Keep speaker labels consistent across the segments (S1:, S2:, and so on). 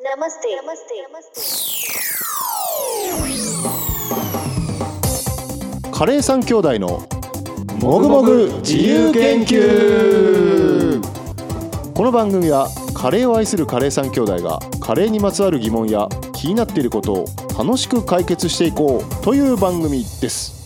S1: नमस्ते नमस्ते नमस्ते
S2: カレー三兄弟のもぐもぐ自由研究この番組はカレーを愛するカレー三兄弟がカレーにまつわる疑問や気になっていることを楽しく解決していこうという番組です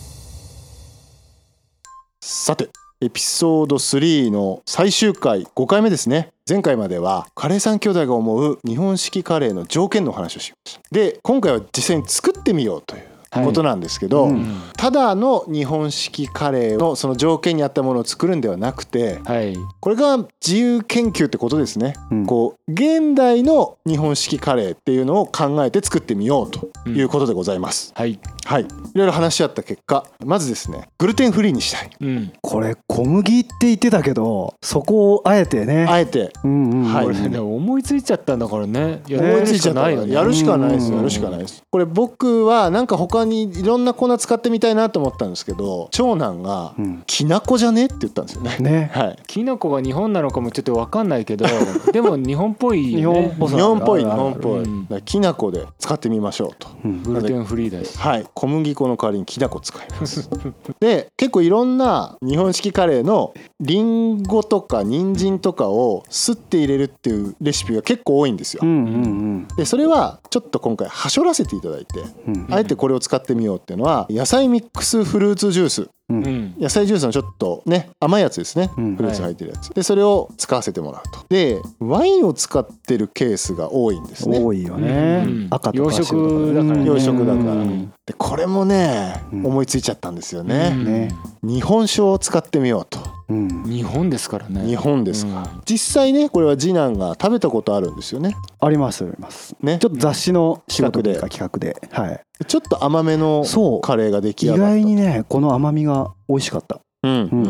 S2: さてエピソード3の最終回5回目ですね前回まではカレー三兄弟が思う日本式カレーの条件のお話をしましたで今回は実際に作ってみようということなんですけど、
S3: うん
S2: ただの日本式カレーのその条件に合ったものを作るんではなくて
S3: はい。
S2: これが自由研究ってことですね、
S3: うん
S2: こう現代の日本式カレーっていうのを考えて作ってみようということでございます、
S3: はい。
S2: はいいろいろ話し合った結果まずですねグルテンフリーにしたい
S4: うん。
S5: これ小麦って言ってたけどそこをあえてね
S2: あえて
S5: うんうん
S2: はい
S4: これね思いついちゃったんだからね。いや
S5: ね
S4: 思い
S2: つ
S4: つい
S2: い
S4: ち
S2: ち
S4: ゃ
S2: ゃ
S4: っ
S2: ったたか
S4: ない
S2: ら
S4: よね。
S2: やるしかないです
S5: うん
S2: やるしかないですこれ僕はなんか他にいろんな粉使ってみたいなと思ったんですけど長男が
S5: うん
S2: 「きな粉じゃね?」って言ったんですよね
S5: ね
S2: はい
S4: きな粉が日本なのかもちょっとわかんないけど、 でも日本っぽいよね。
S5: 日本っぽ
S2: 日本っぽ
S5: さ
S2: い日
S5: あるある
S2: 本っぽい、
S4: うん
S2: だからきな粉で使ってみましょうと
S5: うん
S4: グルテンフリーだし。
S2: はい小麦粉の代わりにきな粉使います で結構いろんな日本式カレーのりんごとか人参とかをすって入れるっていうレシピが結構多いんですよ、
S5: うんうん
S2: でそれはちょっと今回はしょらせていただいて、
S5: うん
S2: あえてこれを使ってみようっていうのは野菜ミックスフルーツジュース
S4: うん。
S2: 野菜ジュースのちょっとね甘いやつですね、
S5: うん
S2: フルーツ入ってるやつでそれを使わせてもらうとでワインを使ってるケースが多いんですね
S5: 多いよね
S4: うん
S5: 赤とか白と
S4: 洋食だからね
S2: 洋食だから
S5: うん
S2: でこれもね、
S5: うん
S2: 思いついちゃったんですよね、
S5: ね
S2: 日本酒を使ってみようと
S5: うん
S4: 日本ですからね。
S2: 日本ですか、実際ねこれは次男が食べたことあるんですよね
S5: ありますあります
S2: ね
S5: ちょっと雑誌の仕事というか
S2: 企
S5: 企画ではい
S2: ちょっと甘めの
S5: そう
S2: カレーが出来
S5: 意
S2: 上がった
S5: 外にねこの甘みが美味しかった
S2: うんうんうんう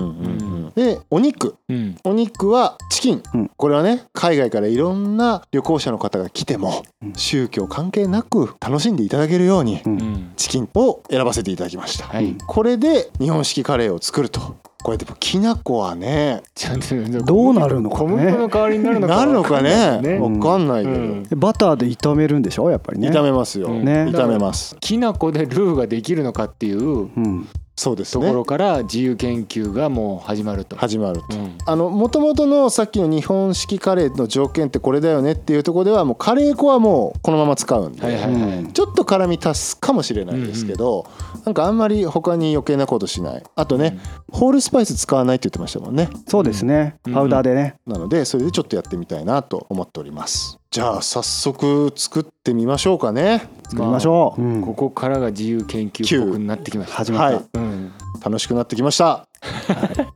S2: んでお肉
S4: うん。
S2: お肉はチキン、
S5: うん
S2: これはね海外からいろんな旅行者の方が来ても
S5: うん
S2: 宗教関係なく楽しんでいただけるように
S5: うん
S4: うん。
S2: チキンを選ばせていただきました、
S4: はい。
S2: これで日本式カレーを作るとこれでもきな粉はね
S4: ちゃんと
S5: どうなるのか
S4: 小麦粉
S5: ね
S4: の代わりになるのか。
S2: なるのかね
S5: う
S2: わ
S5: ん
S2: かんないけ
S4: う
S2: ど、
S4: ん。
S5: バターで炒めるんでしょやっぱりね
S2: 炒めますよ、
S4: うん
S5: ね
S2: 炒めます
S4: きな粉でルーができるのかっていう
S5: うん
S2: そうです
S4: とこ
S2: ね
S4: ろから自由研究がもう始まると。
S2: 始まると
S4: うん。
S2: あの元々のさっきの日本式カレーの条件ってこれだよねっていうところではもうカレー粉はもうこのまま使うんで、
S4: はいは
S5: う
S4: いは
S5: ん
S2: ちょっと辛み足すかもしれないですけど、なんかあんまり他に余計なことしないあと
S4: い。
S2: ね、ホールスパイス使わないって言ってましたもんね
S5: そうですね
S4: うん
S5: パウダーでね
S2: なのでそれでちょっとやってみたいなと思っておりますじゃあ早速作ってみましょうかね
S5: 作りましょうう
S4: うんここからが自由研究っぽくなってきました。
S5: 始ま
S2: はい
S5: った
S4: うん。
S2: 楽しくなってきま した、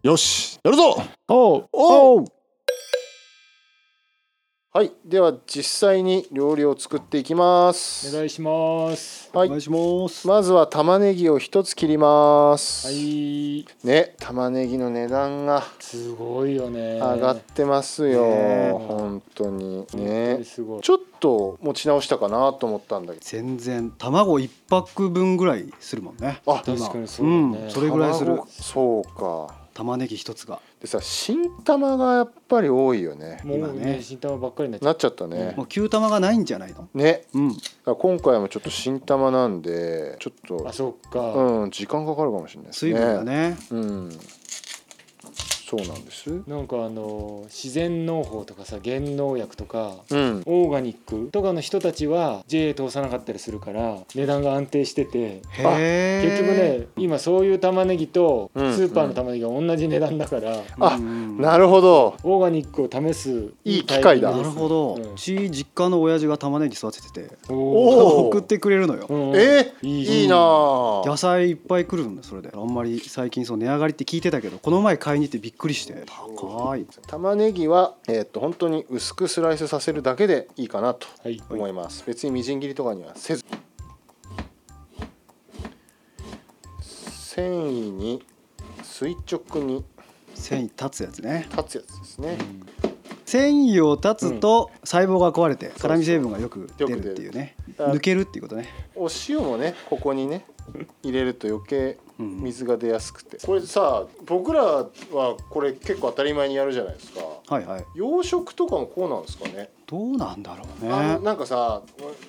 S2: よしやるぞ
S4: おう
S2: おはいでは実際に料理を作っていきま
S4: お
S2: す
S4: 願いします。
S2: はい
S5: いします
S2: まずは玉ねぎを一つ切ります、
S4: はい。
S2: ね玉ねぎの値段が
S4: すごいよね。
S2: 上がってますよ、
S5: ね
S2: 本当に
S4: 本当
S2: ね
S4: にすごい。
S2: ちょっと持ち直したかなと思ったんだけど
S5: 全然卵一パック分ぐらいするもんね
S2: あ
S4: 確かにそう
S5: う
S4: だ
S5: ん
S4: ね。
S5: それぐらいする
S2: 卵そうか
S5: 玉ねぎ一つが
S2: でさ新玉がやっぱり多いよね
S4: もう
S5: 今ね
S4: ね新玉ばっかりになっちゃ
S2: なっちゃったね
S5: もう旧玉がないんじゃないの
S2: ね
S5: うん
S2: だから今回もちょっと新玉なんでちょっ
S4: う。あ
S2: と
S4: そっか。
S2: うん時間かかるかもしれないです
S5: 水
S2: ね
S5: 分がね
S2: うんそうなんですう
S4: なんかあの自然農法とかさ減農薬とか。
S2: ん
S4: オーガニックとかの人たちは JA 通さなかったりするから値段が安定してて
S5: へ
S4: 結局
S5: え
S4: ね今そういう玉ねぎとス
S2: うん
S4: ーパーの玉ねぎが同じ値段だから
S2: あ
S5: うん
S2: なるほど
S4: オーガニックを試す
S2: いい機会だ
S4: タイミングで
S5: なる
S4: す
S5: ほど、
S4: うん
S5: うち実家の親父が玉ねぎ育ててて
S4: おー
S2: おー
S5: 送ってくれるのよ
S4: うんうん
S2: え
S4: いい
S2: いいな
S5: 野菜いっぱい来るのよそれであんまり最近そう値上がりって聞いてたけどこの前買いに行ってびっくりして高い
S2: 玉ねぎはえーっと本当に薄くスライスさせるだけでいいかなと
S4: はい
S2: 思います別にみじん切りとかにはせず繊維に垂直に
S5: 繊維立つやつね
S2: 立つやつですね、
S5: 繊維を立つと細胞が壊れて辛味成分がよく出るっていうね
S2: よく出る
S5: 抜けるっていうことね
S2: お塩もねここにね入れると余計水が出やすくて、これさ僕らはこれ結構当たり前にやるじゃないですか
S5: はいはい
S2: 洋食とかもこうなんですかね
S5: どうなんだろう
S2: あの
S5: ね
S2: なんかさ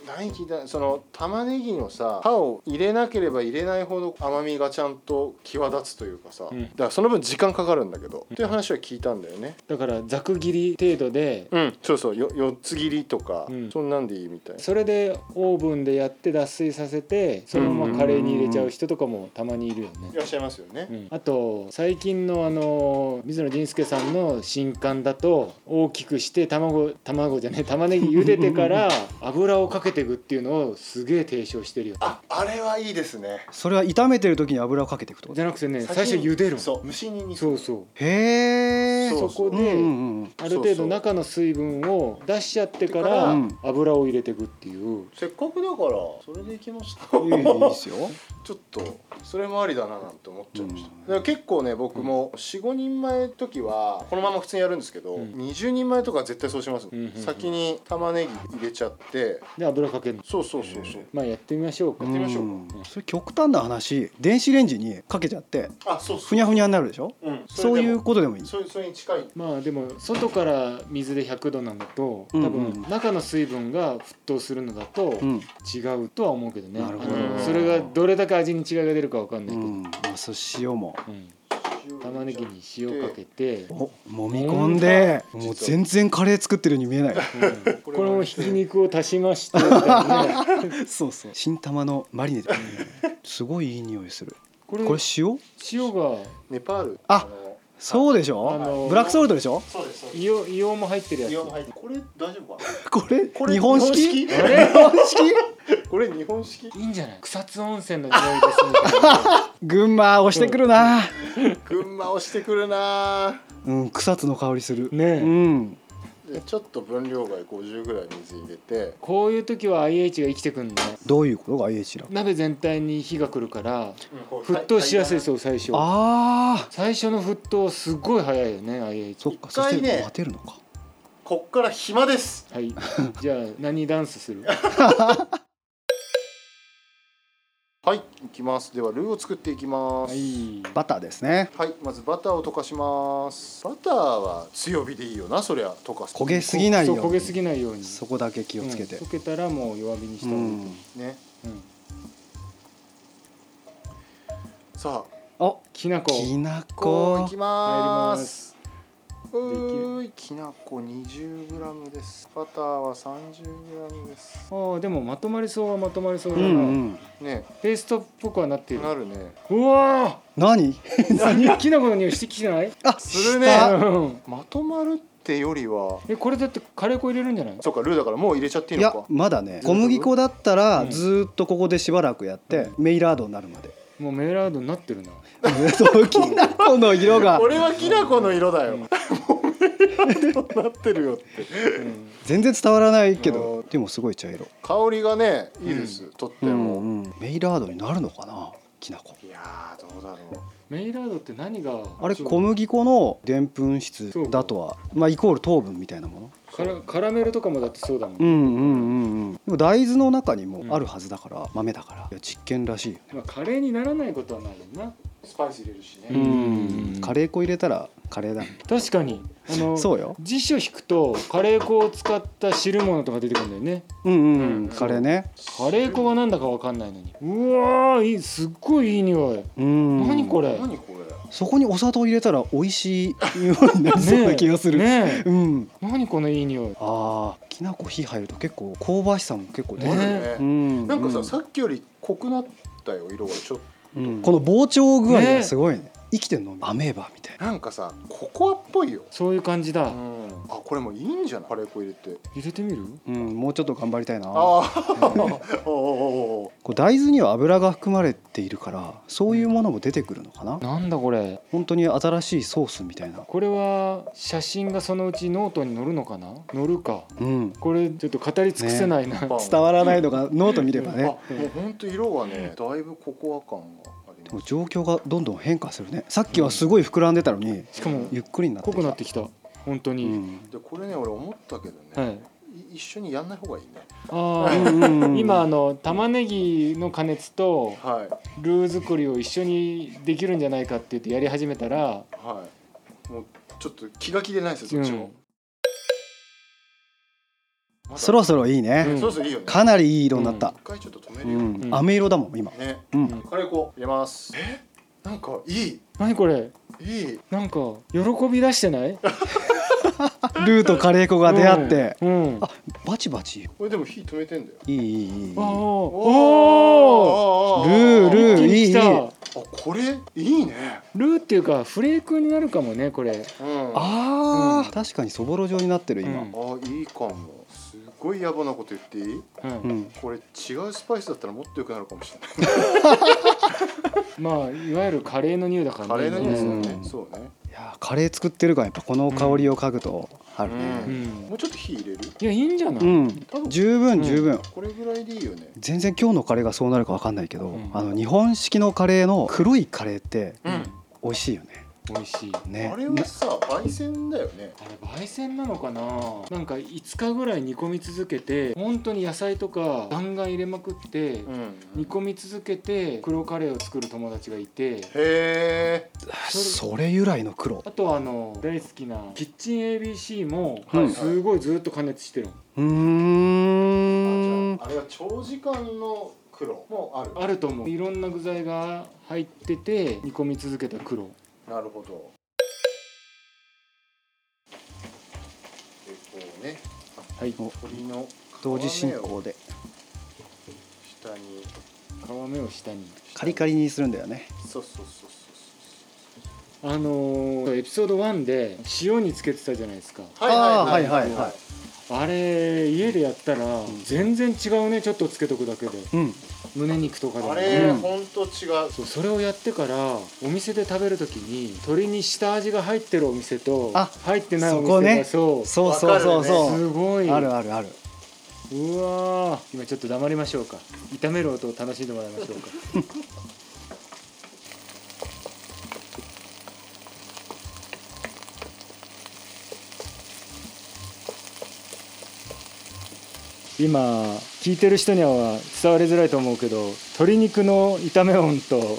S2: 何聞いたその玉ねぎのさ歯を入れなければ入れないほど甘みがちゃんと際立つというかさ、
S4: うん
S2: だからその分時間かかるんだけど、っていう話は聞いたんだよね
S4: だからざく切り程度で
S2: うんそうそうよ4つ切りとか、
S4: うん
S2: そんなんでいいみたいな
S4: それでオーブンでやって脱水させてそのままカレーに入れちゃう人とかもたまにいるよね
S2: いらっしゃいますよね、
S4: うんあと最近のあの水野仁介さんの新刊だと大きくして卵卵じゃねえ玉ねぎ茹でて から油をかけていくっていうのをすげえ提唱してるよ
S2: ああれはいいですね
S5: それは炒めてる時に油をかけていくってこと
S4: じゃなくてね最初茹でるのそ
S2: そう蒸し煮に
S4: う
S2: う
S4: そう
S5: へえ
S2: そう
S4: そこ
S5: うんう
S4: で、
S5: んうん
S4: ある
S2: そ
S4: 程
S2: うそ
S4: 度
S2: う
S4: 中の水分を出しちゃってか
S2: から
S4: ら油を入れていくっていう
S2: せっかくだからそれでいきました
S5: いいですよ。
S2: ちょっとそれもありだななんて思っちゃいました、
S5: うん
S2: だから結構ね僕も45人前の時はこのまま普通にやるんですけど、
S4: うん
S2: 20人前とかは絶対そうします、
S4: うんうんうん
S2: 先に玉ねぎ入れちゃって
S4: で油かけるの
S2: そうそうそうそう、
S4: まあやってみましょうか、
S2: やってみましょうか
S5: んそれ極端な話、電子レンジにかけちゃって
S2: あそう
S5: ふにゃふにゃになるでしょ。
S2: うん
S5: そ
S2: れ
S5: う
S2: で
S5: いう
S2: も
S5: ことでもいい。
S2: それそれに近い
S4: まあでも外から水で100度なのと多
S5: うんうん
S4: 分中の水分が沸騰するのだと
S5: うん、
S4: 違うとは思うけどね、
S5: なるほど
S4: うんそれがどれだけ味に違いが出るかわかんな
S5: う
S4: いけど、
S5: ん、まあそう塩も。
S4: うん玉ねぎに塩かけて、うん
S5: お、揉み込んで、
S2: ん
S5: もう全然カレー作ってるように見えない。
S4: これもひき肉を足しま したみたいなね
S5: そうそう。新玉のマリネ。すごいいい匂いする。
S4: これ
S5: これ塩？
S4: 塩が
S2: ネパール
S5: あ
S2: の
S5: そうでし
S4: あの
S5: ょ
S4: ー。
S5: ブラックソルトでしょ。
S2: そうですそうです
S4: 硫黄硫黄も入ってるやつ
S2: イオン入ってこれ大丈夫か
S5: これ
S2: これ
S5: 日本
S2: 日
S5: 式？日
S2: 本式
S5: 本式？
S2: な これ日本式
S4: いいんじゃない草津温泉の匂いですみたい な
S5: 群馬押してくるな。
S2: 群馬をしてくるな
S5: うん、草津の香りする。
S4: ねえ
S5: うん。
S2: でちょっと分量外50ぐらい水入れて
S4: こういう時は IH が生きてくんね
S5: どういうことが IH だ
S4: 鍋全体に火が来るから沸騰しやすいそう最初
S5: ああ
S4: 最初の沸騰すごい早いよね IH
S5: そっか
S2: 一
S5: そし
S2: 回ね
S5: て待てるのか
S2: こっから暇です
S4: はいじゃあ何ダンス する
S2: はい、いきます。ではルーを作っていきます。
S4: は
S2: はい、
S4: い
S5: バターですね
S2: まずバターを溶かします。バターは強火でいいよな、そりゃ溶かす。
S5: 焦げすぎないよ
S4: そう焦げすぎないように
S5: そこだけ気をつけて
S4: うん溶けたらもう弱火にし
S5: う
S4: た方がいいと思
S5: ん、
S4: う、
S2: ね。
S4: うん
S2: さあ、
S5: あ
S4: きなこ
S5: きな
S2: こうい
S5: こ
S2: きま。
S4: 入ります
S2: うーい、きな粉 20g です。バターは 30g です。
S4: あーでもまとまりそうはまとまりそう
S5: う
S4: だ
S5: ん
S4: な、
S5: うん
S2: ね、
S4: ペーストっぽくはなっている
S2: なるね。
S4: うわ
S5: 何
S4: ーきなこの匂いしてきてない
S5: あ
S2: するね
S5: した
S4: うん
S2: まとまるってよりは、
S4: えこれだってカレー粉入れるんじゃない
S2: そっかルーだからもう入れちゃっていい
S5: い
S2: の
S5: や
S2: か。
S5: まだね小麦粉だったら
S4: うん
S5: ずーっとここでしばらくやって、メイラードになるまで
S4: もうメーラードになってるな
S5: そうきなこの色が
S2: 俺はきな粉の色だよ。
S4: うん
S2: もうなってるよって。
S4: うん
S5: 全然伝わらないけ
S2: う
S5: ど
S2: ん
S5: でもすごい茶色
S2: 香りがね、いいです。とって
S5: う
S2: も。
S5: んうんメイラードになるのかなきなこ
S2: いやーどうだろ
S4: メイラードって何が
S5: あれ小麦粉のでんぷん質だとはまあイコール糖分みたいなもの
S4: からカラメルとかもだってそうだもん、
S5: うんうんうんうんでも大豆の中にもあるはずだから、豆だからいや実験らしいよね
S4: まあ、カレーにならないことはないよな
S2: うスパイス入れるしね、
S4: うん
S5: カレー粉入れたらカレーだ
S4: 確かにあの
S5: そうよ
S4: 辞書引くとカレー粉を使った汁物とか出てくるんだよね
S5: うんうん、
S2: う
S5: うんん、カレーね
S4: カレー粉がなんだかわかんないのにうわーいいすっごいいい匂い
S5: うん
S4: 何これ
S2: 何これ
S5: そこにお砂糖入れたら美味しいよう になりそうな気がする、
S4: ねえ
S5: うん
S4: 何このいい匂い
S5: あーきなこ火入ると結構香ばしさも結構出
S2: あ
S5: る、
S2: る
S4: ね
S2: ね、
S5: うん
S2: なんかさ、
S5: う
S2: さっきより濃くなったよ色がちょっ
S5: うんこの膨張具合
S4: ね
S5: がすごいね生きてんのアメーバみたい
S2: となんかさココアっぽいよ、
S4: そういう感じだ
S2: うん、あこれもいいんじゃないカレー粉入れて
S4: 入れてみる
S5: な、うん、もうちょっと頑張りたいな
S2: あーおおお
S5: こう大豆には油が含まれているからそういうものも出てくるのかな、
S4: なんだこれ
S5: 本当に新しいソースみたいな
S4: これは写真がそのうちノートに載るのかな載るか
S5: うん
S4: これちょっと語り尽くせないな、
S2: おお
S5: 伝わらないのがノート見れば
S2: あ
S5: ね
S2: もうほんと色がねだいぶココア感があり
S5: で
S2: ま
S5: も
S2: す
S5: 状況がどんどん変化するねさっきはすごい膨らんでたのに
S4: しかも
S5: ゆっくりになって
S4: 濃
S5: き
S4: く
S5: た
S4: なってきた本当
S5: う
S4: に、
S5: ん
S2: でこれね俺思ったけどね、
S4: はい
S2: い一緒にやんない方がいいね
S4: あ あ
S5: うんうん
S4: 今あの玉ねぎの加熱と
S2: はい
S4: ルー作りを一緒にできるんじゃないかって言ってやり始めたら、
S2: はいもうちょっと気が気でないですよそっちも、
S4: うん
S5: そろそろいいね、
S4: うん
S2: そろそろいいよね
S5: かなりいい色になった
S2: 一、回ちょっと止め
S5: う
S2: る
S5: ん
S2: よ、
S4: うん
S5: 飴色だもん今
S2: ね
S5: うん
S2: カレー粉入れますえなんかいい
S4: 何これ
S2: いい
S4: なんか喜び出してない
S5: ルーとカレー粉が出会って、
S4: うん、うん、
S5: あバチバチ
S2: これでも火止めてんだよ
S5: いいいいいいいい
S4: おーお
S2: お
S4: ー
S5: ルールー
S4: 一気に来た
S5: いいいい
S2: あこれいいね
S4: ルーっていうかフレークになるかもねこれ
S2: うんあ
S5: あー、
S4: うん
S5: 確かにそぼろ状になってる今、
S4: うん
S2: いいかもすごい野暮なこと言っていい
S4: うん、
S5: うん
S2: これ違うスパイスだったらもっと良くなるかもしれない
S4: まあいわゆるカレーの匂いだから
S2: カレーの匂いですよね、
S5: うん
S2: そうね
S5: いやーカレー作ってるからやっぱこの香りを嗅ぐとあるね
S4: うん、
S2: もうちょっと火入れる
S4: いやいいんじゃない、
S5: うん、
S2: 多分
S5: 十分十分、
S2: これぐらいでいいよね
S5: 全然今日のカレーがそうなるかわかんないけど、
S4: うん
S5: あの日本式のカレーの黒いカレーって
S2: うん
S5: 美味しいよね
S4: 美味しい
S5: ね
S2: あれはさ焙煎だよね
S4: あれ焙煎なのかななんか5日ぐらい煮込み続けて本当に野菜とかガンガン入れまくって
S2: ん
S4: 煮込み続けて黒カレーを作る友達がいて
S2: へえ
S5: それ由来の黒
S4: あとあの大好きなキッチン ABC も
S5: うん
S4: すごいずっと加熱してる
S5: うーん
S2: あれは長時間の黒もある
S4: あると思ういろんな具材が入ってて煮込み続けた黒
S2: なるほどでこうね
S4: はい皮
S2: 鶏の
S5: 同時進
S2: 皮目を
S5: 行で
S2: 下に
S4: 目を下に
S5: カリカリにするんだよね
S2: そうそうそうそう
S4: あのーエピソード1で塩につけてたじゃないですか
S2: そう
S5: あーはいはいはい
S4: あれ家でやったら
S5: ん
S4: 全然違うねちょっとつけとくだけで
S5: うん
S4: 胸肉とかでも
S2: あれ
S5: うん
S2: 本当違う
S4: そうそれをやってからお店で食べる時に鶏に下味が入ってるお店と
S5: あ
S4: 入ってないお店
S5: そこね
S4: がそう,、
S5: そうそうそう
S2: わ
S5: そう、
S4: すごい
S5: あるあるある
S4: うわー今ちょっと黙りましょうか炒める音を楽しんでもらいましょうか今聞いてる人には伝わりづらいと思うけど鶏肉の炒め音と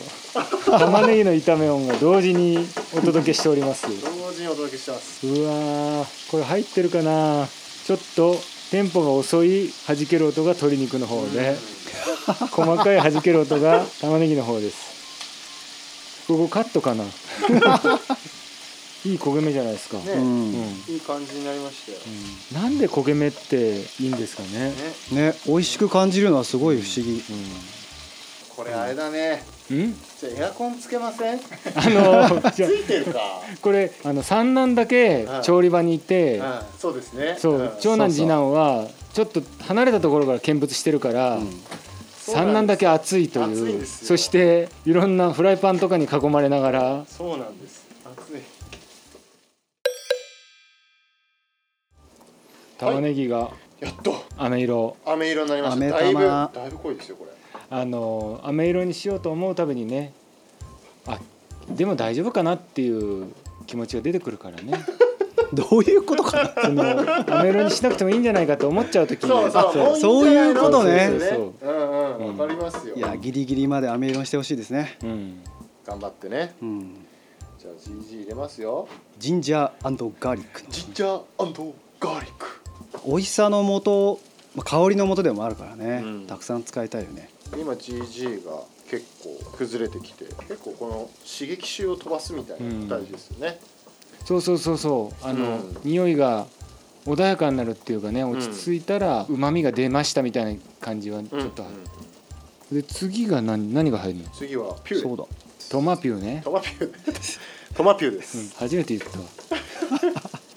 S4: 玉ねぎの炒め音が同時にお届けしております
S2: 同時にお届けしてます
S4: うわーこれ入ってるかなちょっとテンポが遅い弾ける音が鶏肉の方で細かい弾ける音が玉ねぎの方ですここカットかないい焦げ目じゃないですか、
S2: ね
S5: う
S4: うん
S5: ん、
S2: いい感じになりましたよ
S4: うんなんで焦げ目っていいんですかね
S2: ね
S5: ね美味しく感じるのはすごい不思議、
S2: これあれだね
S4: うんん
S2: じゃあエアコンつけませんつ
S4: あのじゃあ
S2: いてるか
S4: これあの三男だけ
S2: はい
S4: 調理場にいて、
S2: うんそうですね
S4: そう長男
S5: そうそ
S4: 次
S5: う
S4: 男はちょっと離れたところから見物してるから、三男だけ
S2: あ
S4: 熱いと
S2: 熱いん
S4: いう
S2: ですよ
S4: そしていろんなフライパンとかに囲まれながら
S2: そうなんです熱い
S4: 玉ねぎが
S2: やっと
S4: 飴色、
S2: 飴色になりました
S5: 飴
S2: だいぶ
S5: 玉
S2: だいぶ濃いですよこれ
S4: あの飴色にしようと思うたびにねあでも大丈夫かなっていう気持ちが出てくるからね
S5: どういうことか な
S4: その飴色にしなくてもいいんじゃないかと思っちゃう時に
S2: そうそうもん
S5: そう
S2: じゃなの
S5: そういう
S4: ことね
S2: そうそううんうんわかりますよ
S5: いやギリギリまで飴色にしてほしいですね
S4: うん、
S2: 頑張ってね
S5: うん
S2: じゃあ GG 入れますよ
S5: ジンジャーガーリックの
S2: ジンジャーガーリック
S5: 美味しさの元、まあ、香りの元でもあるからね、
S2: うん
S5: たくさん使いたいよね
S2: 今 GG が結構崩れてきて結構この刺激臭を飛ばすみたいなの大事ですよね、
S4: そうそうそうそうあの、
S2: うん
S4: 匂いが穏やかになるっていうかね落ち着いたらうまみが出ましたみたいな感じはちょ
S2: うん
S4: っとある
S2: うん、
S4: で次が何何が入るの
S2: 次はピューレ
S5: そうだ
S4: トマピューね
S2: トマピュートマピューで
S4: うん
S2: す、
S4: 初めて言ったわ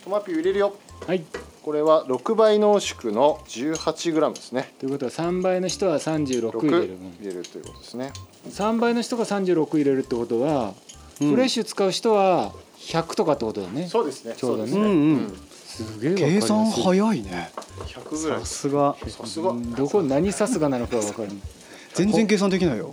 S2: トマピュー入れるよ
S4: はい
S2: これは6倍濃縮の 18g ですね
S4: ということは3倍の人は36
S2: 6
S4: 入れる、
S2: 入れるということですね
S4: 3倍の人が36入れるってことは、
S5: うん
S4: フレッシュ使う人は100とかってことだよね
S2: そうですね
S4: ちょうどね
S2: そです
S5: うんうん
S4: すげえわかり
S5: 計
S4: やすい
S5: 算早いね
S2: 100ぐらい
S5: さすが
S2: さすが
S4: どこ何さすがなのかわかる
S5: 全然計算できないよ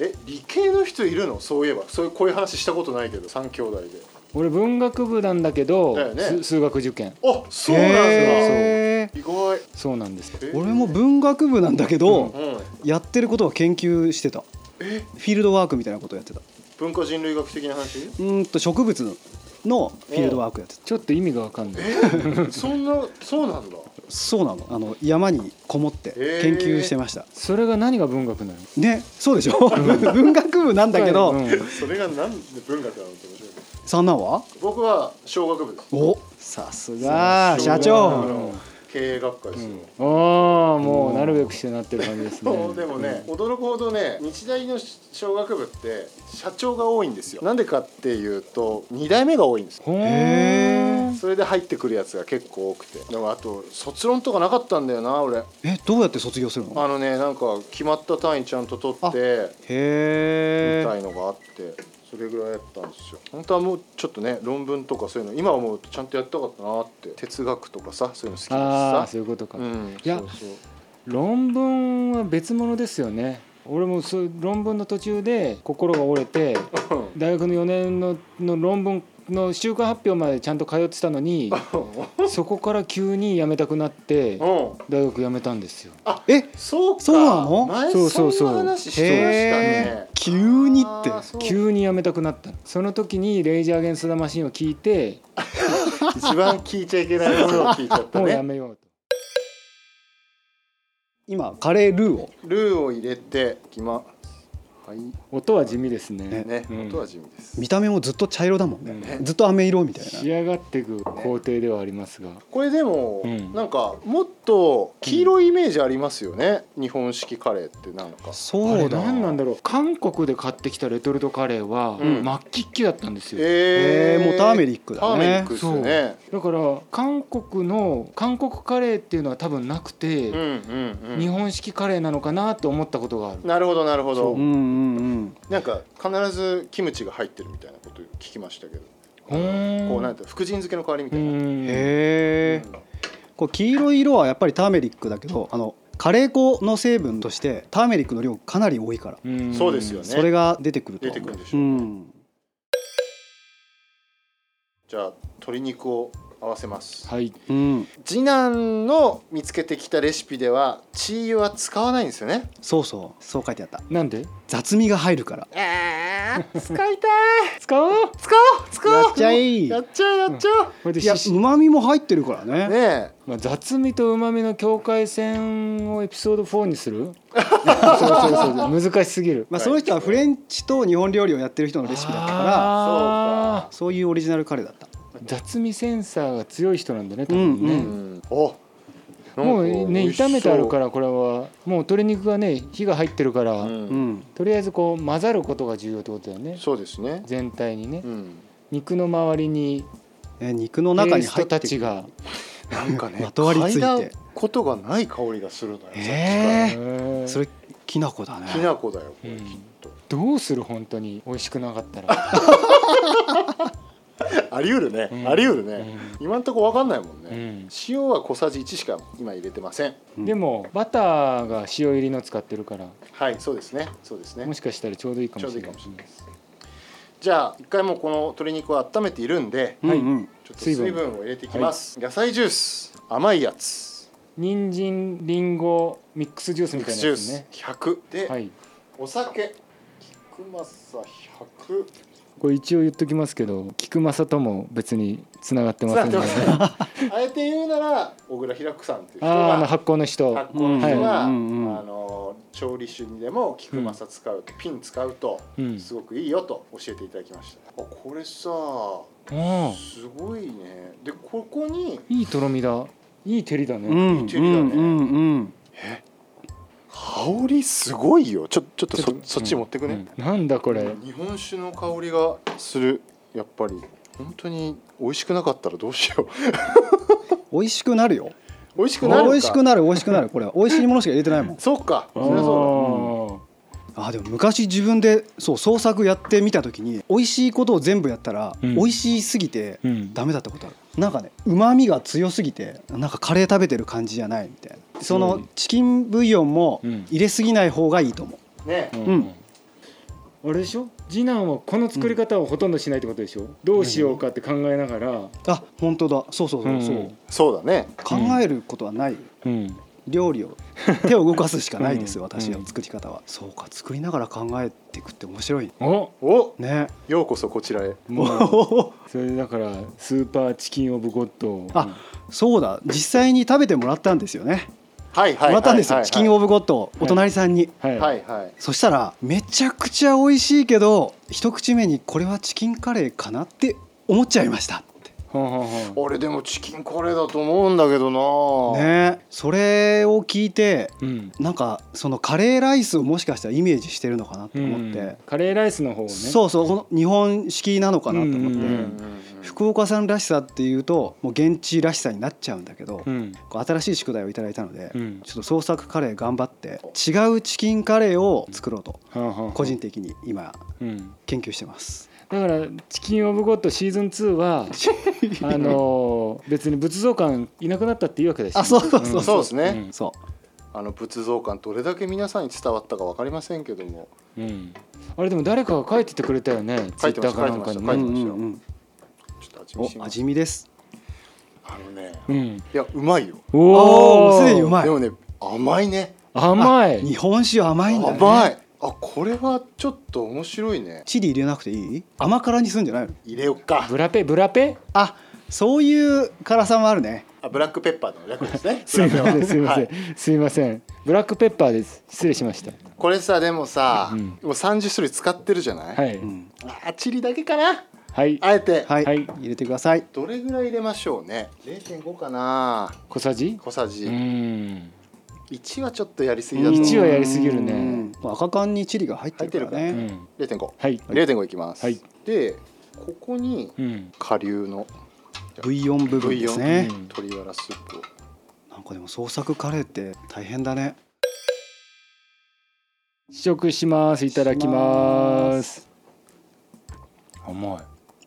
S2: え理系の人いるのそういえばそういうこういう話したことないけど3兄弟で
S4: 俺文学部なんだけど
S2: だよね
S4: す数学受験
S2: あそうなんだ、
S5: へー
S2: 意外
S4: そうなんです
S2: えー
S5: 俺も文学部なんだけど、
S2: うん
S5: やってることは研究してたフ
S2: え
S5: ィールドワークみたいなことをやってた
S2: 文化人類学的な話
S5: うーんと植物のフィールドワークやってた
S4: ちょっと意味がわかんない
S2: そんなそうなんだ
S5: そうなのあの山にこもって
S2: へー
S5: 研究してました
S4: それが何が文学なの
S5: ねそうでしょ文学部なんだけど、
S4: うん
S2: それが何で文学なのって面白いね
S5: 三男は
S2: 僕は小学部です
S5: おさすが
S4: そう
S5: 社
S4: う
S5: 長
S4: ん
S2: 経営学科ですよ、
S4: ああもうなるべくしてなってる感じですね
S2: そうでもね、驚くほどね日大の小学部って社長が多いんですよなんでかっていうと2代目が多いんですよ
S4: ほー
S5: へー
S2: それで入ってくるやつが結構多くてでもあと卒論とかなかったんだよな俺
S5: えどうやって卒業するの
S2: あのねなんか決まった単位ちゃんと取ってみ
S5: へ
S2: た
S5: え
S2: いのがあってそれぐらいやったんですよ本当はもうちょっとね論文とかそういうの今思うとちゃんとやったかったなって哲学とかさそういうの好きだし
S4: ああ
S2: さ
S4: そういうことか、
S2: うん、
S4: いや
S2: そうそう
S4: 論文は別物ですよね俺もそう論文の途中で心が折れて大学の4年のの論文の週間発表までちゃんと通ってたのにそこから急に辞めたくなって
S2: うん
S4: 大学辞めたんですよ
S5: え
S2: そうか
S5: そうなの
S2: 前
S4: そうそうそう
S2: そんな話してましたね
S5: 急にって
S2: あーそう
S4: 急に辞めたくなったのその時に「レイジャー・ゲンス・ザ・マシン」を聞いて
S2: 一番聞いちゃいけないものを聞いちゃった
S4: もう辞
S2: ね
S4: めようと。
S5: 今カレールーを
S2: ルーを入れていきますはい
S4: 音は地味ですね
S5: ね
S2: ね、
S4: うん
S2: 音は地味です
S5: 見た目もずっと茶色だもんね
S4: うん
S5: ずっと飴色みたい
S4: 仕上がっていく工程ではありますが
S2: これでも、
S4: うん
S2: なんかもっと黄色いイメージありますよね、日本式カレーってなんか
S5: なそうだ
S4: あれ何なんだろう韓国で買ってきたレトルトカレーは
S2: うん
S4: 末期っきだったんですよ、
S5: えーもうターメ
S2: リッ
S5: リッ
S2: ク
S5: クだ
S2: ターメリ
S5: ね
S2: ックですよね
S4: だから韓国の韓国カレーっていうのは多分なくて、
S2: うんうんうん
S4: 日本式カレーなのかなって思ったことがある
S2: なるほどなるほ
S5: う
S2: ど
S5: んうんうん
S2: なんか必ずキムチが入ってるみたいなこと聞きましたけど、
S4: ほーん
S2: こうなんて福神漬けの代わりみたいな、
S4: うん
S5: へえこう黄色い色はやっぱりターメリックだけどあのカレー粉の成分としてターメリックの量かなり多いから
S4: うん
S2: そうですよね
S5: それが出てくると
S2: 出てくるんでしょう
S5: う
S2: ね
S5: ん
S2: じゃあ鶏肉を合わせます
S4: はい
S5: うん
S2: 次男の見つけてきたレシピではチー油は使わないんですよね
S5: そうそうそう書いてあった
S4: なんで
S5: 雑味が入るから
S2: ああ使いたい
S4: 使おう
S2: 使おう使おう
S5: やっちゃいい
S2: やっちゃえやっちゃ
S4: これで
S5: いや
S4: しし
S5: うまみも入ってるから
S2: え
S5: ね
S2: ね
S4: まあ、雑味とうまみの境界線をエピソード4にするそうそうそう難しすぎる
S5: まあその人はフレンチと日本料理をやってる人のレシピだったから
S4: あー
S5: そういうオリジナルカレーだった
S4: 雑味センサーが強い人なんだね多分ね、
S5: う
S2: え、うん、お
S4: もうね炒めてあるかららこれはもう鶏肉がね火が入ってるから、
S2: うん
S5: うん
S4: とりあえずこう混ざることが重要ってことだよね
S2: そうですね
S4: 全体にね、
S2: うん
S4: 肉の周りに
S5: え肉の
S4: ペ
S5: 中
S4: ー
S5: に
S4: ス
S5: 入
S4: トた
S5: ってくる
S4: ちが
S2: なんかね
S5: まとわりつい
S2: 嗅
S5: て
S2: だことがない香りがするのよ
S5: えー
S4: へー
S5: それきな粉だね
S2: さっきからきな粉だよこれ
S4: うん
S2: きっと
S4: どうする本当に美味しくなかったら、
S2: あり得るね
S4: うん
S2: あり得るね今んとこわかんないもん
S4: う
S2: ね
S4: ん
S2: 塩は小さじ1しか今入れてません
S5: うん
S4: でもバターが塩入りの使ってるから
S2: はいそうですねそうですね
S4: もしかしたらちょうどいいか
S2: ちょ
S4: も
S2: うど
S4: し
S2: い
S4: れ
S2: い
S4: な
S2: か
S4: い
S2: もしれないですじゃあ一回もうこの鶏肉を温めているんで
S5: うんうん
S2: ちょっと水分を入れていきます、野菜ジュース甘いやつ
S4: 人参りんごミックスジュースみたいな
S2: ジュ
S4: や
S2: ー
S4: つ
S2: ス
S4: ね
S2: 100で、
S4: はい
S2: お酒菊政100
S4: これ一応言っときますけど菊正とも別につながってません
S2: 伝
S4: の
S2: わ
S4: で、
S2: ってませんあえて言うなら小倉平子さんっていう人
S4: あーあの
S2: が
S4: 発酵の人
S2: 発酵の人が、
S5: うんうんうん
S2: あの調理酒にでも菊政使うと、ピン使うと
S4: うん
S2: すごくいいよと教えていただきました、あこれさ
S4: あ
S2: すごいねでここに
S4: あいいとろみだいい照りだね、
S5: う
S2: い
S5: ん
S2: い
S5: うん
S2: 照りだね
S5: うんうん
S2: 香りすごいよちょちょっとそそっち持ってくね、
S4: うんなんだこれ
S2: 日本酒の香りがするやっぱり本当に美味しくなかったらどうしよう
S5: 美味しくなるよ
S2: 美味しく
S5: 美
S2: なるか
S5: 味しくなる美味しくなるこれは美味しいものしか入れてないもん
S2: そうかそ
S4: あ
S2: りゃそう
S4: ー
S5: あーでも昔自分でそう創作やってみた時に美味しいことを全部やったら
S4: う
S5: 美
S4: ん
S5: 味しすぎて
S4: うん
S5: ダメだったことあるなんかねうまみが強すぎてなんかカレー食べてる感じじゃないみたいなそのチキンブイヨンも
S4: うん
S5: 入れすぎない方がいいと思う
S2: だね
S4: う
S5: うん
S4: んあれでしょ次男はこの作り方をほとんどしないってことでしょどうしようかって考えながら
S5: あ本当だそうそうそうそう
S4: うん
S2: そうだね
S5: 考えることはない
S4: うん
S5: 料理を手を動かすしかないです
S4: う
S5: よ
S4: ん
S5: 私の作り方は、そうか作りながら考えていくって面白い
S4: お
S2: お
S5: ね
S2: ようこそこちらへ
S4: もうそれだからスーパーチキンオブゴッド
S5: あそうだ実際に食べてもらったんですよね
S2: はい
S5: もらったんですよ、チキンオ
S2: ブ
S5: ブゴッドをお隣さんに、
S4: はい、
S2: はいはい
S5: そしたらめちゃくちゃ美味しいけど一口目にこれはチキンカレーかなって思っちゃいましたって
S4: ほんほんほん
S2: 俺でもチキンカレーだと思うんだけどな、
S5: ねそれを聞いて
S4: うん
S5: なんかそのカレーライスをもしかしたらイメージしてるのかなと思って、
S4: うんカレーライスの方をね
S5: そうそうこの日本式なのかなと思って、
S2: うんうん
S4: うん
S5: 福岡さんらしさっていうともう現地らしさになっちゃうんだけど、
S4: うん
S5: こう新しい宿題をいただいたので、
S4: うん
S5: ちょっと創作カレー頑張って違うチキンカレーを作ろうと
S4: はんはんはん
S5: 個人的に今
S4: うん
S5: 研究してます。
S4: だから「チキン・オブ・ゴッド」シーズン2は あのー別に仏像館いなくなったっていいわけだしね、
S5: あそうそうそう
S2: うんそうですね、
S4: ん
S5: そ
S2: あの仏像館どれだけ皆さんに伝わったかわかりませんけども
S4: うんあれでも誰かが書いててくれたよねツ
S2: 書
S4: イ
S2: い
S4: ッ
S2: て
S4: タ
S2: ま
S4: ー
S2: し
S4: か
S2: た
S4: なんかに
S2: 書い
S5: う、う
S2: てました書いてました
S5: んうん
S2: よ
S5: うん、
S2: ちょっと味見し
S5: お
S2: ます
S5: 味見です。
S2: あのね
S4: うん、
S2: いやうまいよ
S5: おお、すでにう
S4: い
S5: まい
S2: で。もね甘いね
S4: 甘い
S5: 日本酒甘いんだね。
S2: 甘いあこれはちょっと面白いね
S5: チリ入れなくていい？甘辛にするんじゃないの？
S2: 入れよっか
S4: ブラペブラペ
S5: あ、そういう辛さもあるね。
S2: あブラックペッパーの略ですね
S4: すいませんすいま
S2: は
S4: せん、
S2: い
S4: すいませんブラックペッパーです失礼しました
S2: これさでもさ、
S4: うん
S2: もう30種類使ってるじゃない、
S4: はい、
S5: うん、
S2: あチリだけかな
S4: はい
S2: あえて、
S5: はい、
S4: はい
S5: 入れてください。
S2: どれぐらい入れましょうね0.5かな
S4: 小さじ
S2: 小さじ、
S4: うん
S2: 1はちょっとやりすぎだと
S4: 一
S2: 思
S4: は
S2: う
S4: やりすぎるね
S5: うん。赤缶にチリが入ってるから
S4: う
S5: ね。
S4: ん
S2: 0.5
S4: はい
S2: 0.5いきます、
S4: はい
S2: でここに
S4: うん
S2: 下流の
S5: ブイヨン部分です
S4: ブ
S5: ね
S4: イヨン。うん
S2: 鶏ガラスープを
S5: なんかでも創作カレーって大変だね。
S4: 試食しますいただきます甘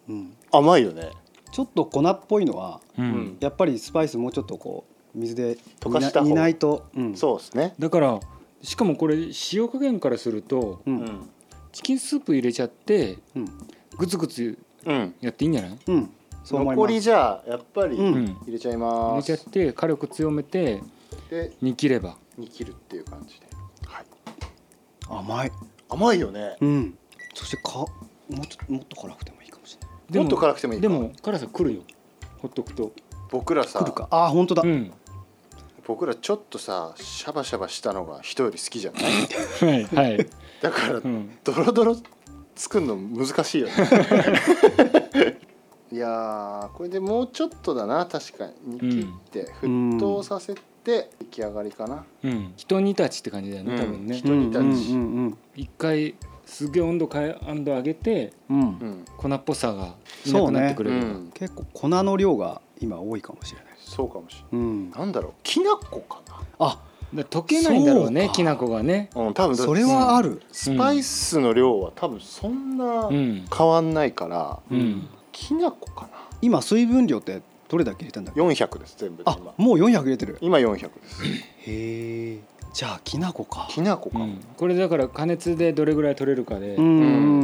S5: うん、
S2: 甘いよね
S5: ちょっと粉っぽいのは
S4: いう
S2: うんん
S5: やっぱりスパイスもうちょっとこう水で
S2: 溶かした方
S5: 煮な煮ないと、うん
S2: そうですね
S4: だからしかもこれ塩加減からすると
S5: う
S2: うんん
S4: チキンスープ入れちゃって
S5: うん
S4: グツグツ
S2: うん
S4: やっていいんじゃない
S5: うん、そう思い
S2: 残
S5: ま
S2: り
S5: す。
S2: じゃあやっぱり
S5: うん
S2: 入れちゃい
S4: 入
S2: ま
S4: れちゃっ
S2: す、
S4: て火力強めて
S2: で
S4: 煮切れば
S2: 煮切るっていう感じで、はい、
S5: 甘い。
S2: 甘いよね
S5: うん。そしてかもうちょっともっと辛くてもいいかもしれない。
S4: で
S2: もっと
S4: も
S2: 辛くてもいいか
S4: でも辛さ来るよほっとくと
S2: 僕らさ
S5: 来るか。あー本当だ。
S4: うん
S2: 僕らちょっとさシャバシャバしたのが人より好きじゃない
S4: はいはい
S2: だから
S4: うん
S2: ドロドロ作るの難しい よねいやーこれでもうちょっとだな確かに煮切って
S5: うん
S2: 沸騰させて出来上がりかな、
S4: うん人煮立ちって感じだよ
S2: う
S4: ね
S2: ん
S4: 多分ね
S2: 人に対し
S5: うんうん
S4: 一回すげえ温度変え温度上げて
S5: うんうん。
S2: うん
S4: 粉っぽさがいなくなってく
S2: う
S4: れる
S2: ん、
S5: 結構粉の量が今多いかもしれない。
S2: そうかもしれ
S5: うん
S2: な。いなんだろうきな粉か
S5: あ、
S4: だから溶けないんだろう
S5: そう
S4: ね
S5: か
S4: きな粉がね
S2: なうん多分だって
S5: それはある。
S2: スパイスの量は多分そんな
S4: うん
S2: 変わんないから、
S4: うん
S2: きな粉かな
S5: 今水分量ってどれだけ入れたんだっけ？
S2: 400です全部で
S5: あ
S2: 今、
S5: もう400入れてる。
S2: 今400です
S5: へえ。じゃあきな粉か。
S2: きな粉か、
S4: うんこれだから加熱でどれぐらい取れるかで
S5: うんうんう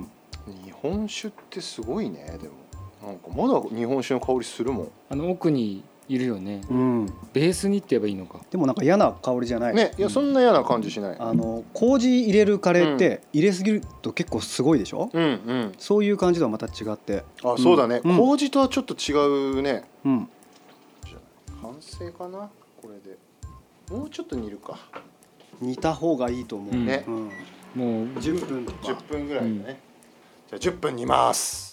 S5: ん
S2: 日本酒ってすごいねでもなんかまだ日本酒の香りするもん
S4: あの奥にいるよね
S5: うん。うん。
S4: ベースにって言えばいいのか
S5: でもなんか嫌な香りじゃない。
S2: ねいやそんな嫌な感じしない、
S5: あの麹入れるカレーって入れすぎると結構すごいでしょ？
S2: うんうん
S5: そういう感じとはまた違って。
S2: あそうだね、
S5: うん
S2: 麹とはちょっと違うね
S5: うん。
S2: 完成かなこれでもうちょっと煮るか
S5: 煮た方がいいと思う。
S4: うん
S2: ね
S5: うん。
S4: もう
S5: 10分と
S2: 10
S5: か。
S2: 分ぐらいだね、じゃあ10分煮ます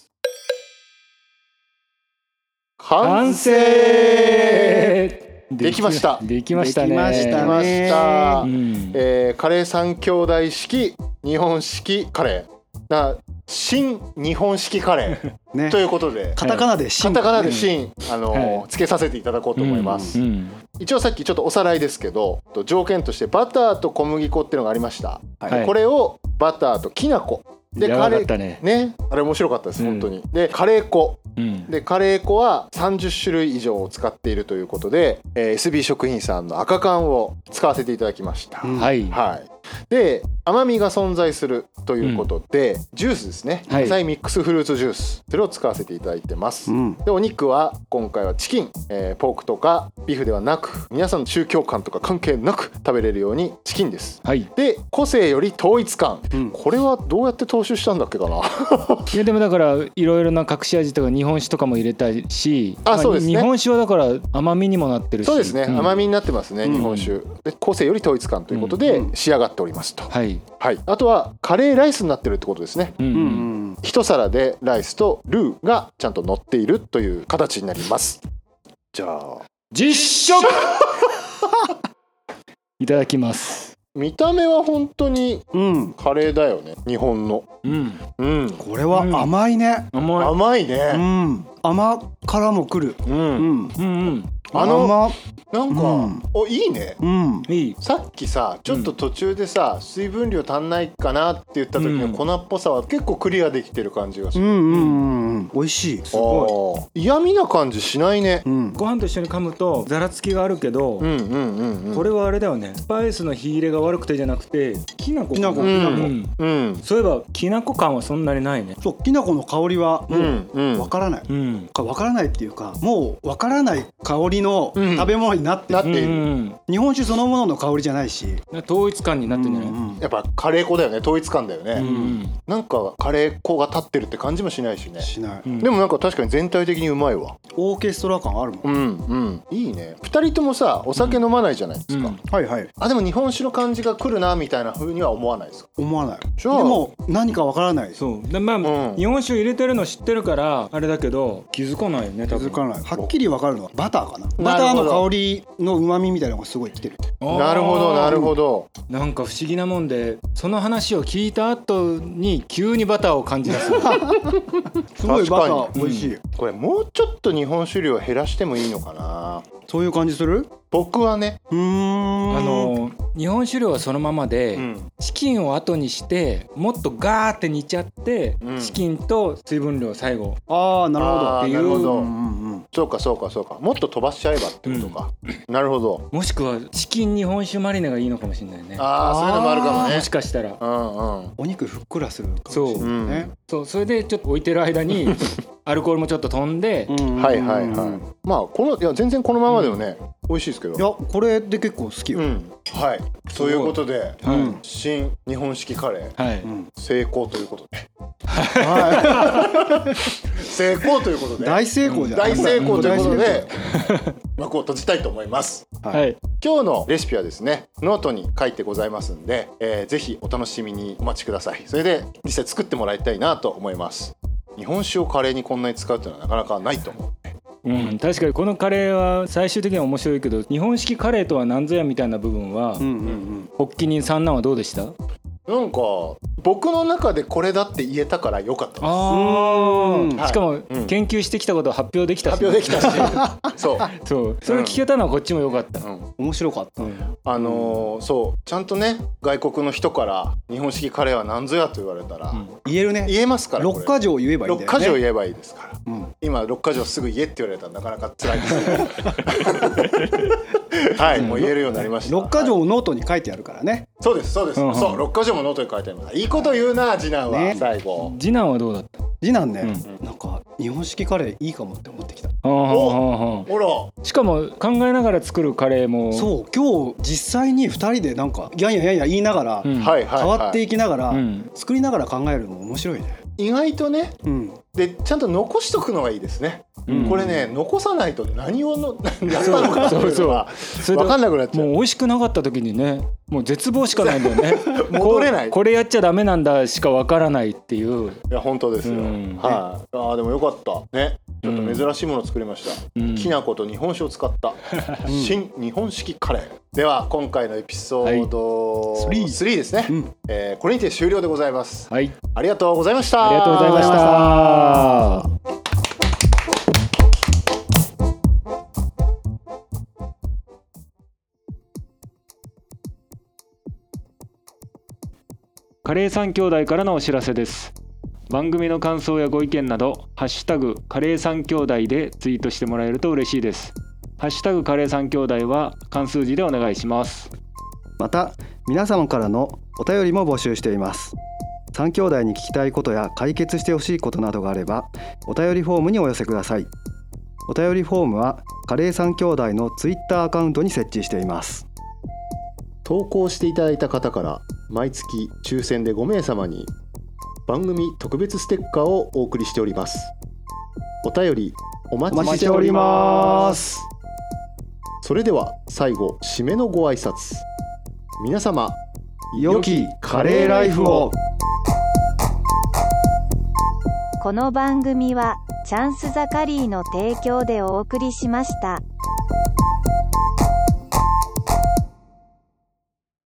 S4: 完
S2: 完成
S4: 成
S2: できました
S4: できましたね
S5: できまし
S2: で
S5: た
S2: きました、
S4: うん
S2: えーカレー三兄弟式日本式カレーな新日本式カレー
S5: ね
S2: と。いうことで
S5: カタカナでシ
S2: カ
S5: ン
S2: タカナで新、あのー
S4: はい
S2: つけさせていただこうと思います、
S4: うんうん
S2: 一応さっきちょっとおさらいですけどと条件としてバターと小麦粉っていうのがありました、
S4: はい
S2: でこれをバターときな粉で
S4: や
S2: カ
S4: ば
S2: レ
S4: かっ
S2: ー
S4: たね
S2: ねあれ面白かったです、
S4: うん
S2: 本当にでカレー粉
S4: うん
S2: でカレー粉は30種類以上を使っているということで、えー SB 食品さんの赤缶を使わせていただきました、
S5: うん
S4: はい
S2: はい、で甘みが存在するということで、ジュースですね
S6: はい
S2: 野菜ミックスフルーツジュースそれを使わせていただいてます、
S5: うん
S2: でお肉は今回はチキン、えーポークとかビーフではなく皆さんの宗教観とか関係なく食べれるようにチキンです
S6: はい
S2: で個性より統一感、
S5: うん
S2: これはどうやって踏襲したんだっけかな
S6: いやでもだからいろいろな隠し味とか日本酒とかも入れたいし
S2: あ
S6: ま
S2: そうですね
S6: 日本酒はだから甘みにもなってるし
S2: そうですね、
S6: ん
S2: 甘みになってますね、
S6: うん
S2: 日本酒で個性より統一感ということで仕上がっておりますと、
S6: はい、
S2: はい、あとはカレーライスになってるってことですね
S6: うんう
S5: うんん
S2: 一皿でライスとルーがちゃんと乗っているという形になりますじゃあ
S6: 実 食いただきます
S2: 見た目は本当に
S5: うん、うん、
S2: カレーだよね日本の
S6: うん
S2: うん
S5: これは甘いね
S6: 甘い
S2: 甘いうね
S5: ん甘からもくる
S2: うん、
S5: うん
S6: うんうん
S2: あの
S5: 甘
S2: なんか、
S5: うん
S2: おいいね
S5: うん
S6: いい
S2: さっきさちょっと途中でさ、水分量足んないかなって言った時
S6: う
S2: の
S6: ん
S2: 粉っぽさは結構クリアできてる感じがす
S5: うんう
S2: る、
S5: んうんうん美味しい
S2: あー嫌味な感じしないね
S5: う、ん
S4: ご飯と一緒に噛むとざらつきがあるけど、
S2: うん、うんうんうん
S4: これはあれだよねスパイスの火入れが悪くてじゃなくてきなこ
S5: きなこ
S4: う
S5: き
S4: ん
S5: な
S6: う
S5: こ
S6: ん
S2: うん
S4: そういえばきなこ感はそんなにないね
S5: そうきなこの香りは
S2: う
S5: もうん
S2: うん
S5: わからない
S4: うん
S5: かわからないっていうかもうわからない香りの
S2: うん
S5: 食べ物になって
S2: なっ
S5: る
S2: ている、
S6: うん
S5: 日本酒そのものの香りじゃないし
S6: 統一感になってんじゃない、
S5: うん
S2: やっぱカレー粉だよね統一感だよね、
S6: うんうん
S2: なんかカレー粉が立ってるって感じもしないしね
S5: しない
S6: うん
S2: でもなんか確かに全体的にうまいわ
S5: オーケストラ感あるもん
S2: うんうんいいね2人ともさお酒飲まないじゃないですか、
S6: うん
S5: はいはい
S2: あでも日本酒の感じが来るなみたいな風には思わないですか
S5: 思わない
S2: じ
S5: で
S2: ゃあ
S5: も何かわからない気
S4: そうでまあ、
S2: うん
S4: 日本酒入れてるの知ってるからあれだけど気づかないよね多分
S5: づかないはっきりわかるのはバターかな
S2: ど
S5: バターの香りの旨味みたいなのがすごい来てる
S4: あー
S2: なるほどなるほど
S4: なんか不思議なもんでその話を聞いた後に急にバターを感じ出す
S5: すごい
S2: 確
S5: バ
S2: か
S5: タ
S2: に
S5: ー美味しい
S2: これもうちょっと日本酒量減らしてもいいのかな
S5: そういう感じする
S2: 僕はね、
S5: うーん
S4: あの日本酒量はそのままで、
S2: うん
S4: チキンを後にしてもっとガーって煮ちゃって、
S2: うん
S4: チキンと水分量最後
S5: ああなるほど
S2: あー
S4: っていう
S2: なるほ
S5: う
S2: ど
S5: んうんうん
S2: そうかそうかそうかもっと飛ばしちゃえばってことか、なるほど
S4: もしくはチキン日本酒マリネがいいのかもしれないね
S2: ああそういうのもあるかもね
S4: もしかしたら
S2: うんうん
S5: お肉ふっくらするかもし
S4: そう
S5: れないね
S4: そうそれでちょっと置いてる 間にアルコールもちょっと飛んで、
S5: うん
S2: はいはいはい、
S5: うん
S2: まあこのいや全然このままでもね、美味しいですけど
S5: いやこれで結構好きよ
S2: うん、はいということで、
S5: う
S4: はい
S5: ん
S2: 新日本式カレー
S4: はい、
S5: うん
S2: 成功ということで
S5: は
S2: 成功ということ
S5: い
S2: で
S5: 大成功じゃない
S2: 大成功ということ
S5: 大成
S2: で幕を閉じたいと思います
S5: 功
S6: はい
S2: 今日のレシピはですねノートに書いてございますんで、えーぜひお楽しみにお待ちくださいそれで実際作ってもらいたいなと思います日本酒をカレーにこんなに使うっていうのはなかなかないと思う
S4: うん、確かにこのカレーは最終的には面白いけど日本式カレーとは何ぞやみたいな部分は、
S5: うんうんうん
S4: 発起人三男はどうでした
S2: なんか僕の中でこれだって言えたから良かったです
S4: あ
S5: うん
S2: はい
S4: しかも
S2: うん
S4: 研究してきたことを発表できたし
S2: 発表できたしそう、
S4: そうそれ聞けたのはこっちも良かった、
S2: うん、
S5: 面白かった
S4: うん
S2: あのーそうちゃんとね外国の人から「日本式カレーは何ぞや」と言われたら、
S4: うん
S5: 言えるね
S2: 言えますからこ
S5: 六
S2: れ
S5: か条言えばいいん
S2: 六
S5: だよ
S2: か
S5: ね
S2: 条言えばいいですから
S5: うん
S2: 今六か条すぐ言えって言われたらなかなか辛いです けどはいもう言えるようになりました
S5: 六か条
S2: はい
S5: もノートに書いてあるからね
S2: そうですそうです、
S4: うんうん
S2: そう六か条もノートに書いてあるいいこと言うな次男は、
S5: ね
S2: 最後
S4: 次男はどうだった
S5: 次男ね
S4: う
S5: なんか日本式カレーいいかもって思ってきた
S4: あー
S2: お
S4: はーは
S2: ほら
S4: ーしかも考えながら作るカレーも
S5: そう今日実際に二人でなんかやんやんやんや言いながら
S4: うん
S2: はいはい、はい、
S5: 変わっていきなが
S4: う
S5: ら
S4: ん
S5: 作りながら考えるの面白いね
S2: 意外とね
S5: うん
S2: でちゃんと残しとくのがいいですね、
S4: うん
S2: これね残さないと何をの やったのかっていうのは
S4: それで
S2: 分かんなくなっちゃ
S4: もう
S2: う
S4: 美味しくなかった時にねもう絶望しかないんだよね
S2: 戻れない
S4: ここれやっちゃダメなんだしかわからないっていう、
S2: いや本当ですよ、
S4: うん
S2: はい、ああでもよかったねちょっと珍しいもの作りました、
S4: うん
S2: きな粉と日本酒を使った
S5: ん
S2: 新日本式カレーでは今回のエピソード
S5: はい
S2: 3ですね、
S5: うん
S2: えーこれにて終了でございます
S4: はい
S2: ありがとうございました
S4: ありがとうございました。カレー三兄弟からのお知らせです。番組の感想やご意見など、ハッシュタグカレー三兄弟でツイートしてもらえると嬉しいです。ハッシュタグカレー三兄弟は漢数字でお願いします。
S5: また皆様からのお便りも募集しています三兄弟に聞きたいことや解決してほしいことなどがあればお便りフォームにお寄せくださいお便りフォームはカレー三兄弟のツイッターアカウントに設置しています
S2: 投稿していただいた方から毎月抽選で5名様に番組特別ステッカーをお送りしておりますお便りお待ちしておりますそれでは最後締めのご挨拶皆様
S5: 良きカレーライフを
S1: この番組はチャンスザカリーの提供でお送りしました。